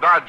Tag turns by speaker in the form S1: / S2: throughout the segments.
S1: Dodge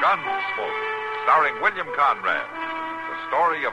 S1: Gunsmoke, starring William Conrad. The story of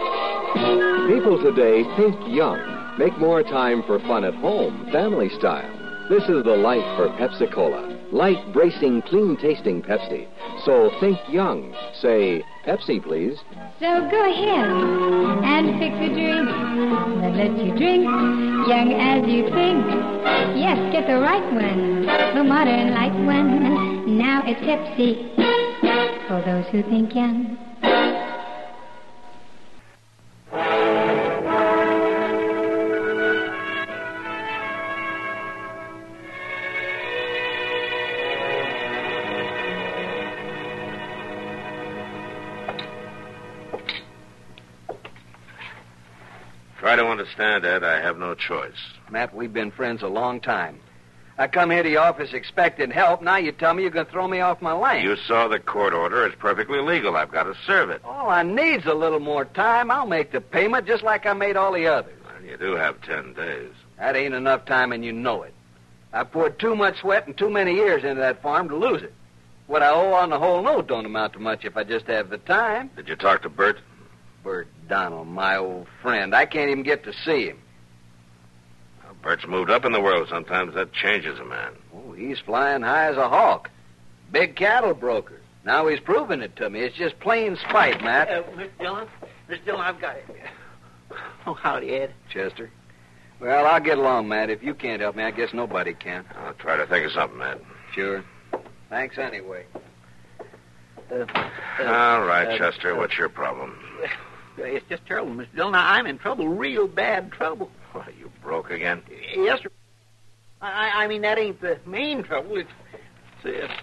S2: People today think young, make more time for fun at home, family style. This is the life for Pepsi Cola. Light, bracing, clean tasting Pepsi. So think young. Say, Pepsi, please.
S3: So go ahead and fix a drink that lets you drink young as you think. Yes, get the right one, the modern light one. Now it's Pepsi for those who think young.
S4: Try to understand, Ed. I have no choice.
S5: Matt, we've been friends a long time. I come here to your office expecting help. Now you tell me you're going to throw me off my line.
S4: You saw the court order. It's perfectly legal. I've got to serve it.
S5: All I need's a little more time. I'll make the payment just like I made all the others.
S4: Well, you do have ten days.
S5: That ain't enough time, and you know it. I poured too much sweat and too many years into that farm to lose it. What I owe on the whole note don't amount to much if I just have the time.
S4: Did you talk to Bert?
S5: Bert Donald, my old friend. I can't even get to see him.
S4: Now, Bert's moved up in the world. Sometimes that changes a man.
S5: Oh, he's flying high as a hawk. Big cattle broker. Now he's proving it to me. It's just plain spite, Matt.
S6: Uh, Miss Dillon, Miss Dillon, I've got it. Oh, howdy, Ed.
S5: Chester. Well, I'll get along, Matt. If you can't help me, I guess nobody can.
S4: I'll try to think of something, Ed.
S5: Sure. Thanks anyway.
S6: Uh, uh,
S4: All right,
S6: uh,
S4: Chester.
S6: uh,
S4: What's your problem?
S6: It's just terrible, Miss Dillon. I'm in trouble, real bad trouble.
S4: Why, you broke again?
S6: Yes, sir. I, I- I mean, that ain't the main trouble. It's, it's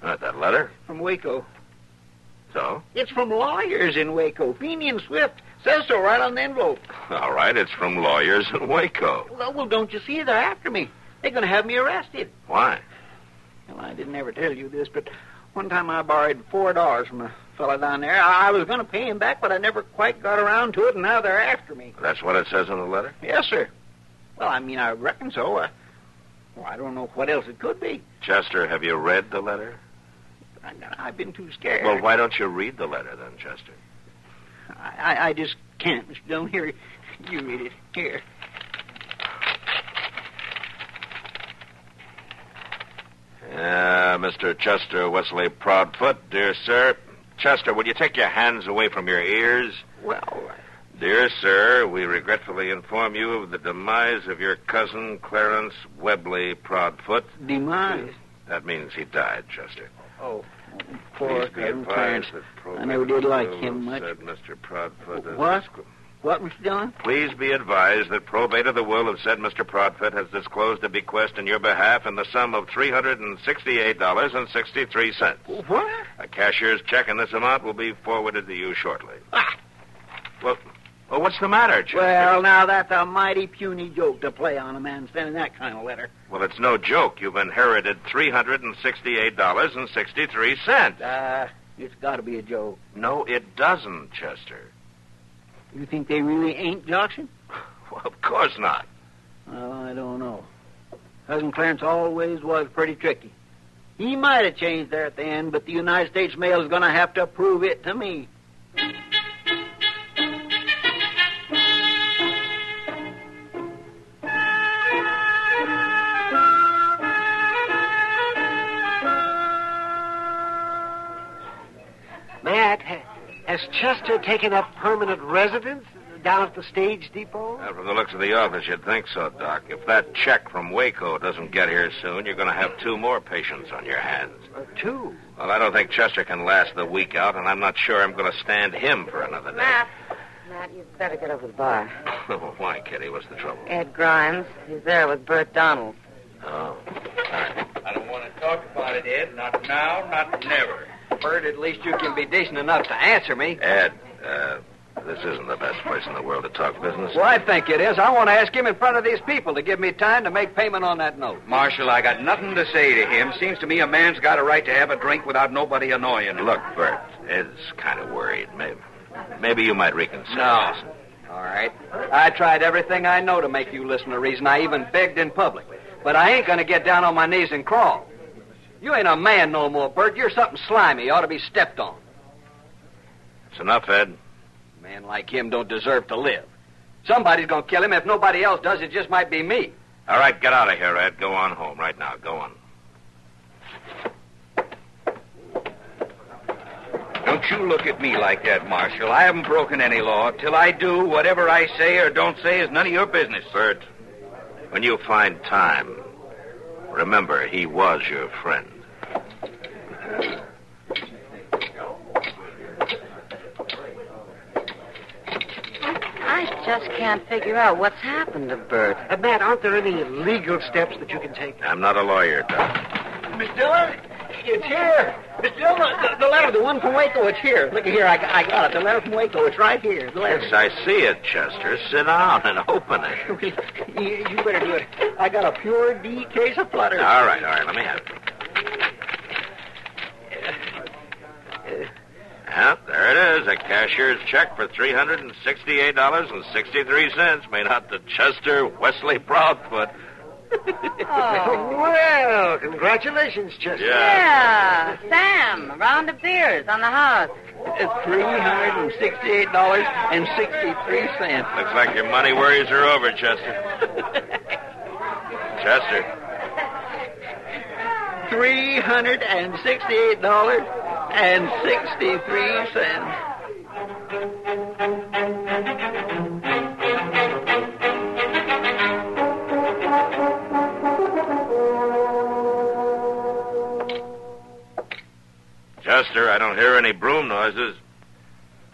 S6: uh,
S4: Not that letter.
S6: from Waco.
S4: So?
S6: It's from lawyers in Waco. Feeney and Swift says so right on the envelope.
S4: All right, it's from lawyers in Waco.
S6: Well, well, don't you see? They're after me. They're going to have me arrested.
S4: Why?
S6: Well, I didn't ever tell you this, but one time I borrowed four dollars from a fella down there. I, I was going to pay him back, but I never quite got around to it, and now they're after me.
S4: That's what it says in the letter?
S6: Yes, sir. Well, I mean, I reckon so. Uh, well, I don't know what else it could be.
S4: Chester, have you read the letter?
S6: I, I've been too scared.
S4: Well, why don't you read the letter then, Chester?
S6: I, I, I just can't, Mr. Dillon. Here, you read it. Here.
S4: Yeah, Mr. Chester Wesley Proudfoot, dear sir. Chester, will you take your hands away from your ears?
S6: Well,
S4: Dear sir, we regretfully inform you of the demise of your cousin Clarence Webley Proudfoot.
S6: demise.
S4: That means he died, Chester.
S6: Oh,
S4: Please be advised that
S6: I never did like him
S4: Will
S6: much.
S4: Said Mr. Proudfoot. has
S6: What?
S4: disclo-
S6: What, Mr. Dillon?
S4: Please be advised that probate of the will of said Mr. Proudfoot has disclosed a bequest in your behalf in the sum of three hundred and sixty-eight dollars and sixty-three cents.
S6: What?
S4: A cashier's check in this amount will be forwarded to you shortly.
S6: Ah.
S4: Well, well, what's the matter, Chester?
S6: Well, now that's a mighty puny joke to play on a man sending that kind of letter.
S4: Well, it's no joke. You've inherited three hundred and sixty-eight dollars and sixty-three cents.
S6: Uh, it's got to be a joke.
S4: No, it doesn't, Chester.
S6: You think they really ain't joshing?
S4: Well, of course not.
S6: Well, I don't know. Cousin Clarence always was pretty tricky. He might have changed there at the end, but the United States mail is going to have to prove it to me.
S7: Matt, has Chester taking up permanent residence down at the stage depot?
S4: Well, from the looks of the office, you'd think so, Doc. If that check from Waco doesn't get here soon, you're going to have two more patients on your hands.
S7: Uh, two.
S4: Well, I don't think Chester can last the week out, and I'm not sure I'm going to stand him for another day.
S8: Matt. Matt, you'd better get over to the bar.
S4: Oh, why, Kitty? What's the trouble?
S8: Ed Grimes, he's there with Bert Donald.
S4: Oh.
S9: I don't want to talk about it, Ed. Not now, not never.
S5: Bert, at least you can be decent enough to answer me.
S4: Ed, uh, this isn't the best place in the world to talk business.
S5: Well, I think it is. I want to ask him in front of these people to give me time to make payment on that note.
S9: Marshal, I got nothing to say to him. Seems to me a man's got a right to have a drink without nobody annoying him.
S4: Look, Bert, Ed's kind of worried. Maybe, maybe you might reconcile.
S5: No.
S4: this.
S5: All right. I tried everything I know to make you listen to reason. I even begged in public. But I ain't going to get down on my knees and crawl. You ain't a man no more, Bert. You're something slimy. You ought to be stepped on.
S4: It's enough, Ed.
S5: A man like him don't deserve to live. Somebody's going to kill him. If nobody else does, it just might be me.
S4: All right, get out of here, Ed. Go on home right now. Go on.
S9: Don't you look at me like that, Marshal. I haven't broken any law. Till I do, whatever I say or don't say is none of your business.
S4: Bert, when you find time, remember he was your friend.
S8: I just can't figure out what's happened to Bert.
S7: Uh, Matt, aren't there any legal steps that you can take?
S4: I'm not a lawyer, Doc.
S6: Miss Dillon, it's here. Miss Dillon, the, the letter, the one from Waco, it's here. Look here, I, I got it. The letter from Waco, it's right here. The letter.
S4: Yes, I see it, Chester. Sit down and open it.
S6: you, you better do it. I got a pure D case of flutter.
S4: All right, all right. Let me have it. Yeah, there it is. A cashier's check for $368.63 made out to Chester Wesley Proudfoot.
S8: Oh.
S7: Well, congratulations, Chester.
S8: Yeah, Sam, a round of beers on the house.
S5: $368.63.
S4: Looks like your money worries are over, Chester. Chester,
S5: $368.63.
S4: Chester, I don't hear any broom noises.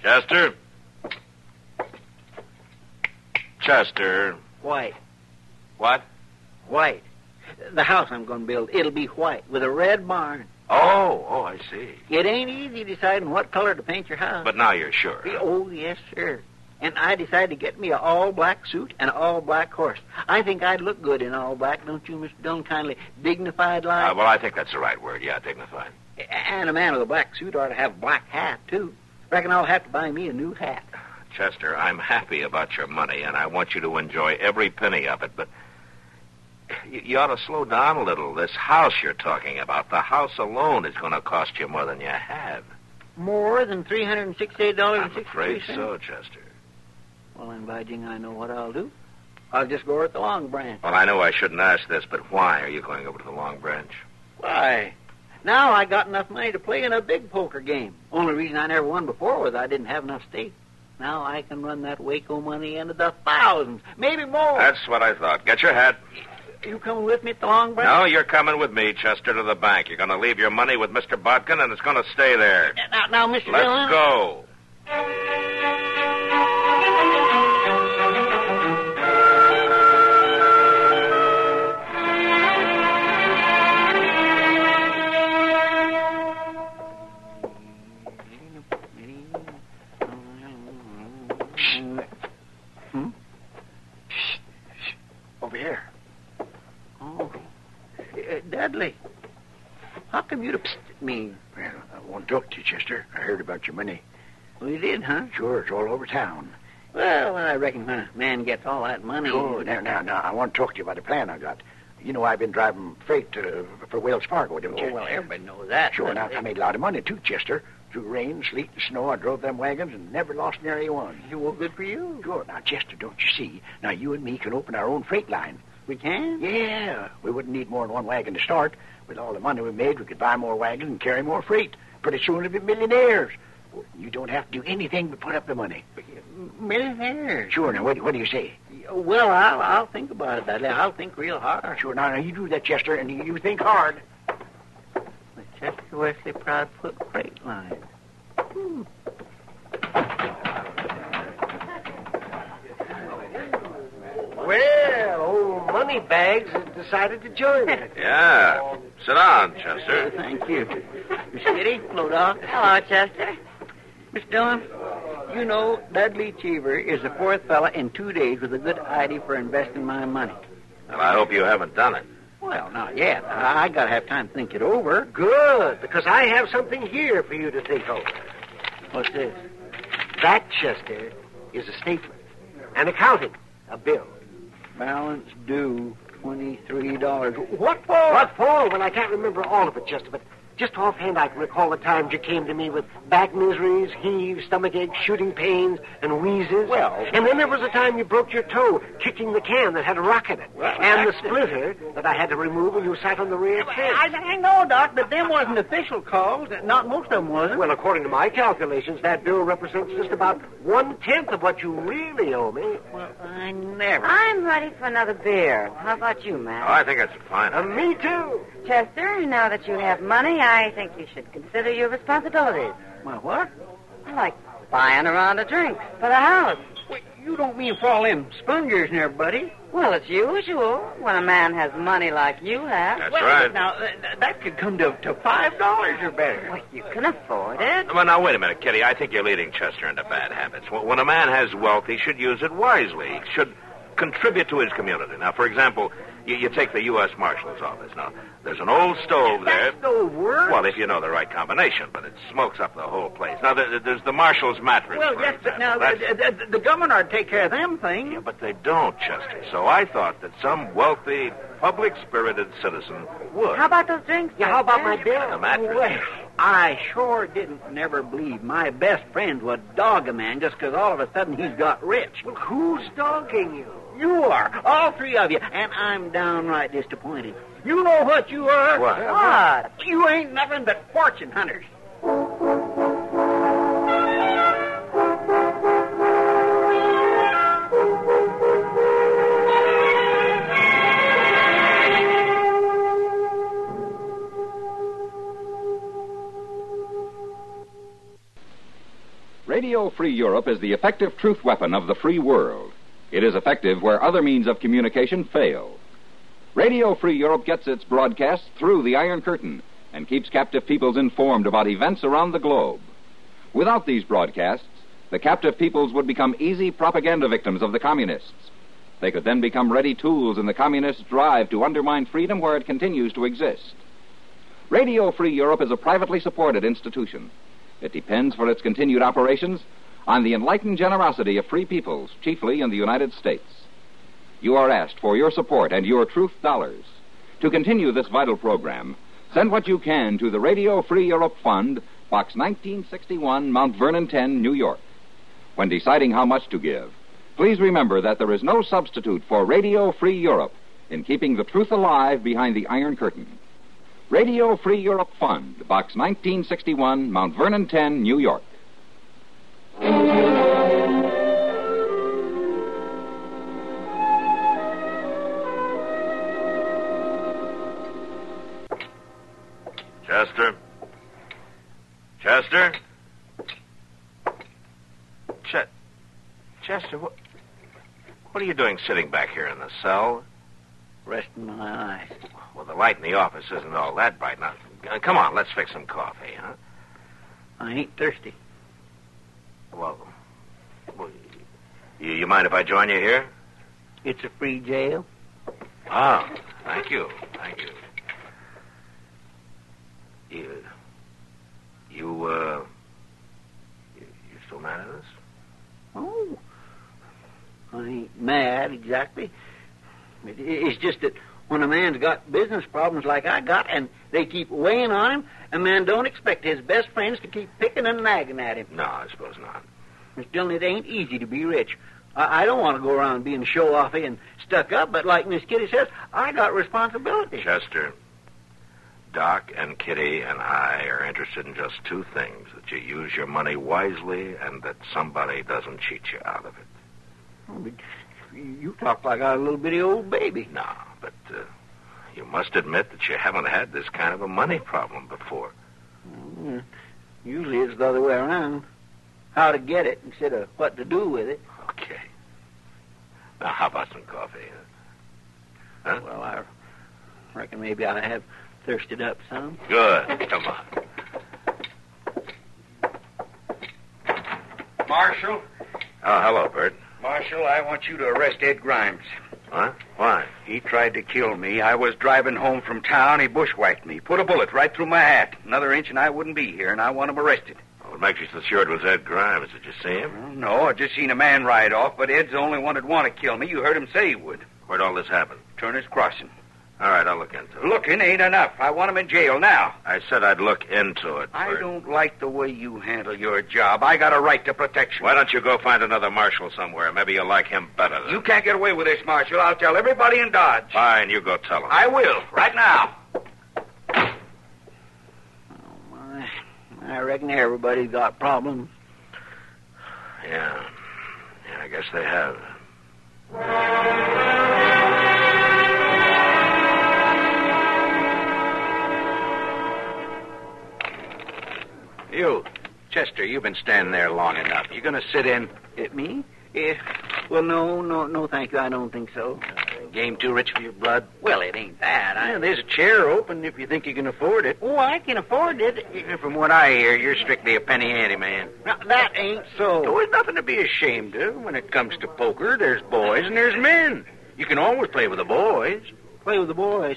S4: Chester? Chester.
S6: White.
S4: What?
S6: White. The house I'm going to build, it'll be white with a red barn.
S4: Oh, oh, I see.
S6: It ain't easy deciding what color to paint your house.
S4: But now you're sure.
S6: Oh, yes, sir. And I decided to get me an all black suit and an all black horse. I think I'd look good in all black, don't you, Mr. Dunn? Kindly dignified like.
S4: Uh, well, I think that's the right word. Yeah, dignified.
S6: and a man with a black suit ought to have a black hat, too. Reckon I'll have to buy me a new hat.
S4: Chester, I'm happy about your money, and I want you to enjoy every penny of it, but you, you ought to slow down a little. This house you're talking about, the house alone is going to cost you more than you have.
S6: More than three hundred and sixty-eight dollars
S4: I'm afraid so, Chester.
S6: Well, then, by jing, I know what I'll do. I'll just go over at the Long Branch.
S4: Well, I know I shouldn't ask this, but why are you going over to the Long Branch?
S6: Why? Now I got enough money to play in a big poker game. Only reason I never won before was I didn't have enough stake. Now I can run that Waco money into the thousands, maybe more.
S4: That's what I thought. Get your hat.
S6: You coming with me at the Long Branch?
S4: No, you're coming with me, Chester, to the bank. You're going to leave your money with Mr. Bodkin, and it's going to stay there.
S6: Now, now, Mr.
S4: Let's
S6: Dillon.
S4: go.
S7: Over here.
S6: Oh, Uh, Dudley, how come you psst at me?
S7: Well, I want to talk to you, Chester. I heard about your money.
S6: Well, Oh, you did, huh?
S7: Sure, it's all over town.
S6: Well, I reckon when a man gets all that money.
S7: Oh, now, now, now, I want to talk to you about a plan I got. You know, I've been driving freight uh, for Wells Fargo, don't
S6: Oh,
S7: you?
S6: well, everybody knows that.
S7: Sure,
S6: doesn't
S7: now,
S6: it?
S7: I made a lot of money, too, Chester. Through rain, sleet, and snow, I drove them wagons and never lost nary one.
S6: You were good for you.
S7: Sure, now, Chester, don't you see? Now, you and me can open our own freight line.
S6: We can?
S7: Yeah, we wouldn't need more than one wagon to start. With all the money we made, we could buy more wagons and carry more freight. Pretty soon we'd be millionaires. You don't have to do anything but put up the money.
S6: Millionaire.
S7: Sure, now, what, what do you say?
S6: Well, I'll, I'll think about it, Dudley. I'll think real hard.
S7: Sure, now, now, you do that, Chester, and you- you think hard.
S6: The Chester Wesley Proud Foot Freight Line. Hmm.
S10: Well, old Moneybags has decided to join us.
S4: Yeah. Sit down, Chester.
S6: Thank you. Miss Kitty, hello, Doc. Hello, Chester. Miss Dillon, you know Dudley Cheever is the fourth fella in two days with a good idea for investing my money.
S4: And I hope you haven't done it.
S6: Well, not yet. I, I gotta have time to think it over.
S10: Good, because I have something here for you to think over.
S6: What's this?
S10: That, Chester, is a statement, an accounting, a bill.
S6: Balance due twenty-three dollars.
S10: What for? What for? Well, I can't remember all of it, Chester, but just offhand I can recall the times you came to me with back miseries, heaves, stomach aches, shooting pains, and wheezes.
S6: Well-
S10: And then there was a time you broke your toe kicking the can that had a rock in it.
S6: Well,
S10: and the
S6: that's-
S10: splitter that I had to remove when you sat on the rear fence.
S6: I, I know, Doc, but them wasn't official calls. Not most of them wasn't.
S10: Well, according to my calculations, that bill represents just about one tenth of what you really owe me.
S6: Well, I never.
S8: I'm ready for another beer. How about you, Matt?
S4: Oh, I think that's fine.
S10: Uh, me too.
S8: Chester, now that you have money, I think you should consider your responsibilities.
S6: My what?
S8: Like buying a round of drinks for the house.
S6: Wait, you don't mean for all them spongers and everybody.
S8: Well, it's usual when a man has money like you have.
S4: That's
S6: well,
S4: right.
S6: Now, th- th- that could come to, to $5 or better.
S8: Well, you can afford it.
S4: Well, now, wait a minute, Kitty. I think you're leading Chester into bad habits. Wh- When a man has wealth, he should use it wisely. He should contribute to his community. Now, for example, you, you take the U.S. Marshal's office. Now, there's an old stove there.
S6: That's no word.
S4: Well, if you know the right combination, but it smokes up the whole place. Now, there, there's the Marshal's mattress.
S6: Well,
S4: for
S6: yes, but
S4: example.
S6: now,
S4: That's-
S6: the, the, the governor would take care of them
S4: Yeah,
S6: things.
S4: but they don't, Chester. So I thought that some wealthy, public-spirited citizen would.
S8: How about those drinks?
S10: Yeah, how about
S8: Chester?
S10: my bill?
S4: the mattress.
S6: Well, I sure didn't never believe my best friend would dog a man just 'cause all of a sudden he's got rich. Well,
S10: Who's dogging you?
S6: You are, all three of you, and I'm downright disappointed. You know what you are?
S4: What?
S6: What? You ain't nothing but fortune hunters.
S2: Radio Free Europe is the effective truth weapon of the free world. It is effective where other means of communication fail. Radio Free Europe gets its broadcasts through the Iron Curtain and keeps captive peoples informed about events around the globe. Without these broadcasts, the captive peoples would become easy propaganda victims of the communists. They could then become ready tools in the communists' drive to undermine freedom where it continues to exist. Radio Free Europe is a privately supported institution. It depends for its continued operations on the enlightened generosity of free peoples, chiefly in the United States. You are asked for your support and your truth dollars. To continue this vital program, send what you can to the Radio Free Europe Fund, Box 1961, Mount Vernon 10, New York. When deciding how much to give, please remember that there is no substitute for Radio Free Europe in keeping the truth alive behind the Iron Curtain. Radio Free Europe Fund, Box 1961, Mount Vernon 10, New York.
S4: Chester? Chester? Ch- Chester, what, what are you doing sitting back here in the cell?
S6: Resting my eyes.
S4: Well, the light in the office isn't all that bright. Now, uh, come on, let's fix some coffee, huh?
S6: I ain't thirsty.
S4: Well, well, you, you mind if I join you here?
S6: It's a free jail.
S4: Oh, thank you. Thank you. You, you, uh, you, you still mad at us?
S6: Oh. I ain't mad exactly. It, it's just that when a man's got business problems like I got and they keep weighing on him, a man don't expect his best friends to keep picking and nagging at him.
S4: No, I suppose not.
S6: Miss Dillon, it ain't easy to be rich. I, I don't want to go around being show offy and stuck up, but like Miss Kitty says, I got responsibility.
S4: Chester, Doc and Kitty and I are interested in just two things that you use your money wisely and that somebody doesn't cheat you out of it.
S6: Oh, You talk like a little bitty old baby.
S4: No, but uh, you must admit that you haven't had this kind of a money problem before.
S6: Mm, Usually it's the other way around. How to get it instead of what to do with it.
S4: Okay. Now, how about some coffee? Huh?
S6: Well, I reckon maybe I have thirsted up some.
S4: Good. Come on.
S9: Marshal,
S4: Oh, hello, Bert.
S9: Marshal, I want you to arrest Ed Grimes.
S4: Huh? Why?
S9: He tried to kill me. I was driving home from town. He bushwhacked me. Put a bullet right through my hat. Another inch and I wouldn't be here, and I want him arrested.
S4: What makes you so sure it was Ed Grimes? Did you see him?
S9: Well, No, I just seen a man ride off, but Ed's the only one that want to kill me. You heard him say he would.
S4: Where'd all this happen?
S9: Turner's Crossing.
S4: All right, I'll look into it.
S9: Looking ain't enough. I want him in jail now.
S4: I said I'd look into it.
S9: I
S4: Bert.
S9: don't like the way you handle your job. I got a right to protection.
S4: Why don't you go find another marshal somewhere? Maybe you'll like him better. Than
S9: You can't get away with this, Marshal. I'll tell everybody in Dodge.
S4: Fine, you go tell him.
S9: I will, right now.
S6: Oh, my. I reckon everybody's got problems.
S4: Yeah. Yeah, I guess they have.
S9: You, Chester, you've been standing there long enough. You going to sit in?
S6: It me? Yeah. Well, no, no, no, thank you. I don't think so.
S9: Uh, Game too rich for your blood?
S6: Well, it ain't that.
S9: Yeah, there's a chair open if you think you can afford it.
S6: Oh, I can afford it.
S9: From what I hear, you're strictly a penny ante man.
S6: No, that ain't so.
S9: there's nothing to be ashamed of when it comes to poker. There's boys and there's men. You can always play with the boys.
S6: Play with the boys.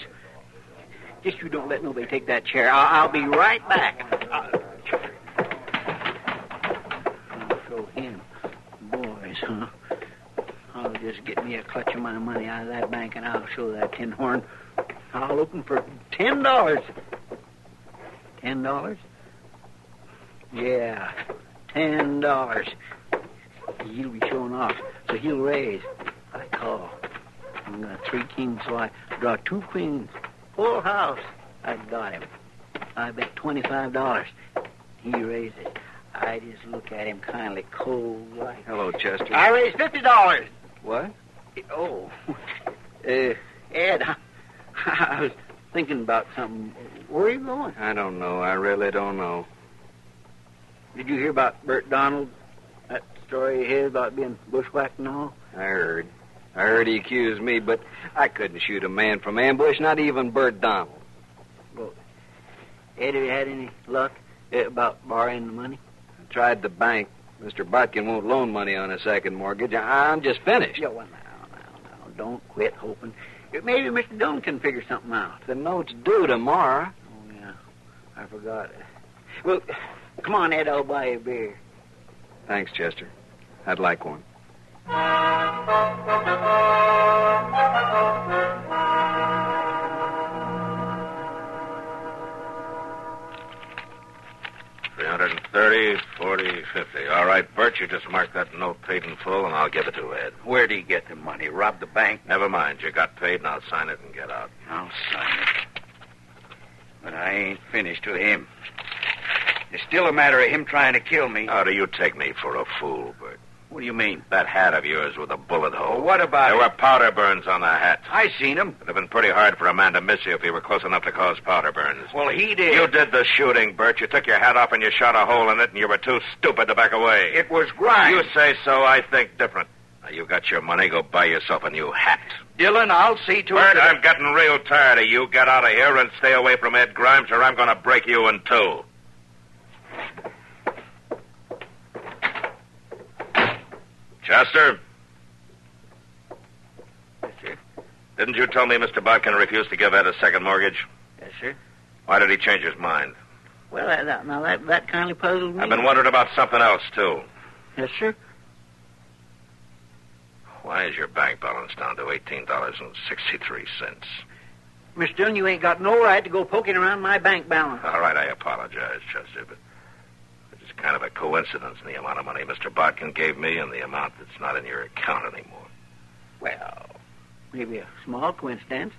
S6: Just you don't let nobody take that chair. I'll, I'll be right back. I'll show him. Boys, huh? I'll just get me a clutch of my money out of that bank and I'll show that tin horn. I'll open for ten dollars. Ten dollars? Yeah, ten dollars. He'll be showing off, so he'll raise. I call. I'm gonna three kings, so I draw two queens. Full house. I got him. I bet twenty-five dollars. He raised it. I just look at him kindly, cold like.
S9: Hello, Chester.
S6: I raised fifty dollars.
S9: What?
S6: Oh, uh, Ed, I, I was thinking about something. Where are you going?
S9: I don't know. I really don't know.
S6: Did you hear about Bert Donald? That story of his about being bushwhacked and all?
S9: I heard. I heard he accused me, but I couldn't shoot a man from ambush, not even Bert Donald.
S6: Ed, have you had any luck eh, about borrowing the money?
S9: I tried the bank. Mr. Botkin won't loan money on a second mortgage. I- I'm just finished.
S6: Yeah, well, now, now, now, don't quit hoping. Eh, Maybe Mr. Dillon can figure something out.
S9: The note's due tomorrow.
S6: Oh, yeah. I forgot. Well, come on, Ed, I'll buy you a beer.
S9: Thanks, Chester. I'd like one.
S4: Three hundred and thirty, forty, fifty. All right, Bert, you just mark that note paid in full, and I'll give it to Ed.
S9: Where'd he get the money? Rob the bank?
S4: Never mind. You got paid, and I'll sign it and get out.
S9: I'll sign it. But I ain't finished with him. It's still a matter of him trying to kill me.
S4: How do you take me for a fool, Bert?
S9: what do you mean?
S4: That hat of yours with a bullet
S9: Oh,
S4: hole.
S9: what about
S4: There
S9: it?
S4: were powder burns on the hat.
S9: I seen him.
S4: It'd have been pretty hard for a man to miss you if he were close enough to cause powder burns.
S9: Well, he did.
S4: You did the shooting, Bert. You took your hat off and you shot a hole in it, and you were too stupid to back away.
S9: It was Grimes.
S4: You say so, I think different. Now, you got your money, go buy yourself a new hat.
S9: Dylan, I'll see to
S4: Bert,
S9: it. that-
S4: I'm getting real tired of you. Get out of here and stay away from Ed Grimes, or I'm going to break you in two. Chester?
S6: Yes, sir.
S4: Didn't you tell me Mr. Bodkin refused to give Ed a second mortgage?
S6: Yes, sir.
S4: Why did he change his mind?
S6: Well, that, that, now that, that kindly puzzled me.
S4: I've been wondering about something else, too.
S6: Yes, sir.
S4: Why is your bank balance down to $18.63?
S6: Miss Dillon, you ain't got no right to go poking around my bank balance.
S4: All right, I apologize, Chester, but it's kind of a coincidence in the amount of money Mr. Bodkin gave me and the amount that's not in your account anymore.
S6: Well, maybe a small coincidence.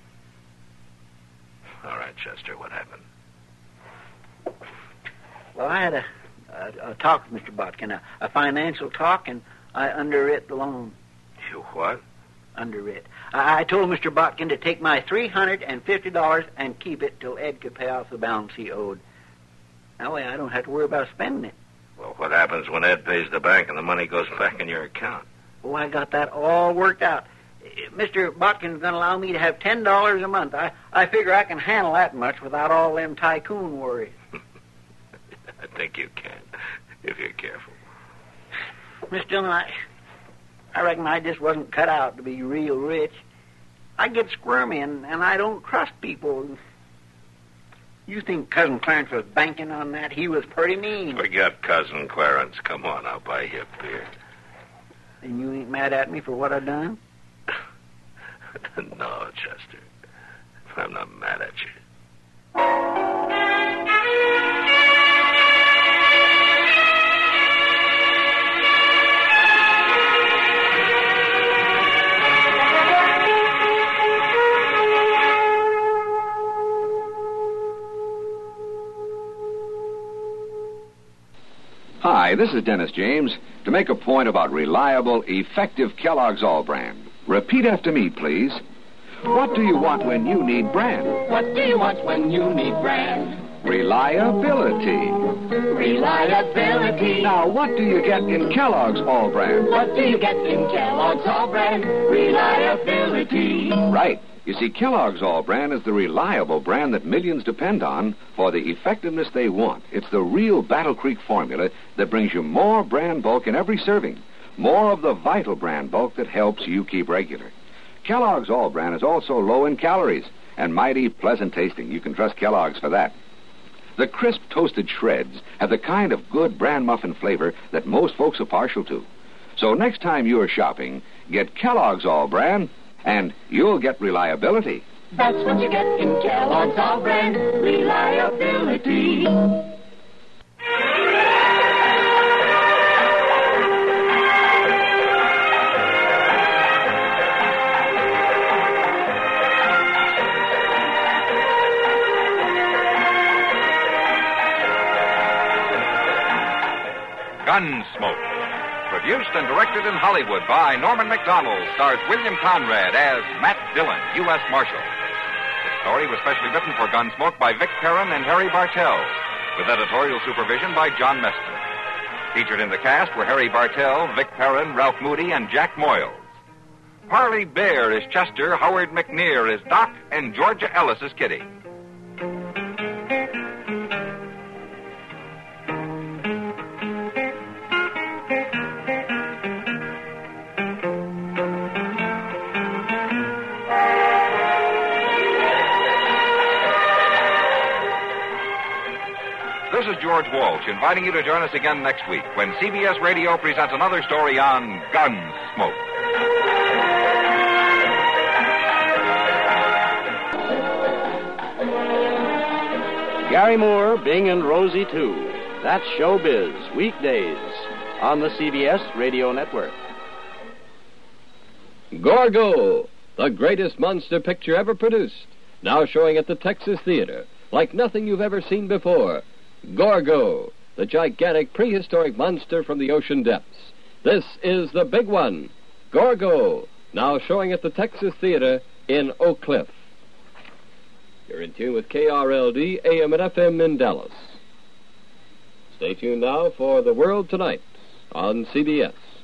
S4: All right.
S11: right, Chester. What happened?
S6: Well, I had a, a, a talk with Mr. Botkin, a, a financial talk, and I underwrit the loan.
S11: You what?
S6: Underwrit. I, I told Mr. Botkin to take my $350 and keep it till Ed could pay off the balance he owed. That way I don't have to worry about spending it.
S11: Well, what happens when Ed pays the bank and the money goes back in your account?
S6: Oh, I got that all worked out. Eh, Mr. Botkin's going to allow me to have $10 a month. I, I figure I can handle that much without all them tycoon worries.
S11: I think you can, if you're careful.
S6: Miss Dillon, I, I reckon I just wasn't cut out to be real rich. I get squirmy and, and I don't trust people. You think Cousin Clarence was banking on that? He was pretty mean.
S11: Forget cousin Clarence. Come on, I'll buy you a beer.
S6: And you ain't mad at me for what I done?
S11: no, Chester. I'm not mad at you.
S4: Hi, this is Dennis James to make a point about reliable, effective Kellogg's All Brand. Repeat after me, please. What do you want when you need brand?
S12: What do you want when you need brand?
S4: Reliability.
S12: Reliability.
S4: Now, what do you get in Kellogg's All Brand?
S12: What do you get in Kellogg's All Brand? Reliability.
S4: Right. You see, Kellogg's All Brand is the reliable brand that millions depend on for the effectiveness they want. It's the real Battle Creek formula that brings you more brand bulk in every serving, more of the vital brand bulk that helps you keep regular. Kellogg's All Brand is also low in calories and mighty pleasant tasting. You can trust Kellogg's for that. The crisp toasted shreds have the kind of good bran muffin flavor that most folks are partial to. So next time you're shopping, get Kellogg's All Brand and you'll get reliability.
S12: That's what you get in Kellogg's All Brand. Reliability.
S2: Gunsmoke. Produced and directed in Hollywood by Norman McDonald, stars William Conrad as Matt Dillon, U.S. Marshal. The story was specially written for Gunsmoke by Vic Perrin and Harry Bartell, with editorial supervision by John Meston. Featured in the cast were Harry Bartell, Vic Perrin, Ralph Moody, and Jack Moyles. Harley Bear is Chester, Howard McNear is Doc, and Georgia Ellis is Kitty. This is George Walsh inviting you to join us again next week when CBS Radio presents another story on Gunsmoke.
S13: Gary Moore, Bing and Rosie too. That's Showbiz, weekdays on the CBS Radio Network.
S14: Gorgo, the greatest monster picture ever produced, now showing at the Texas Theater, like nothing you've ever seen before. Gorgo, the gigantic prehistoric monster from the ocean depths. This is the big one, Gorgo, now showing at the Texas Theater in Oak Cliff. You're in tune with KRLD, AM and FM in Dallas. Stay tuned now for The World Tonight on CBS.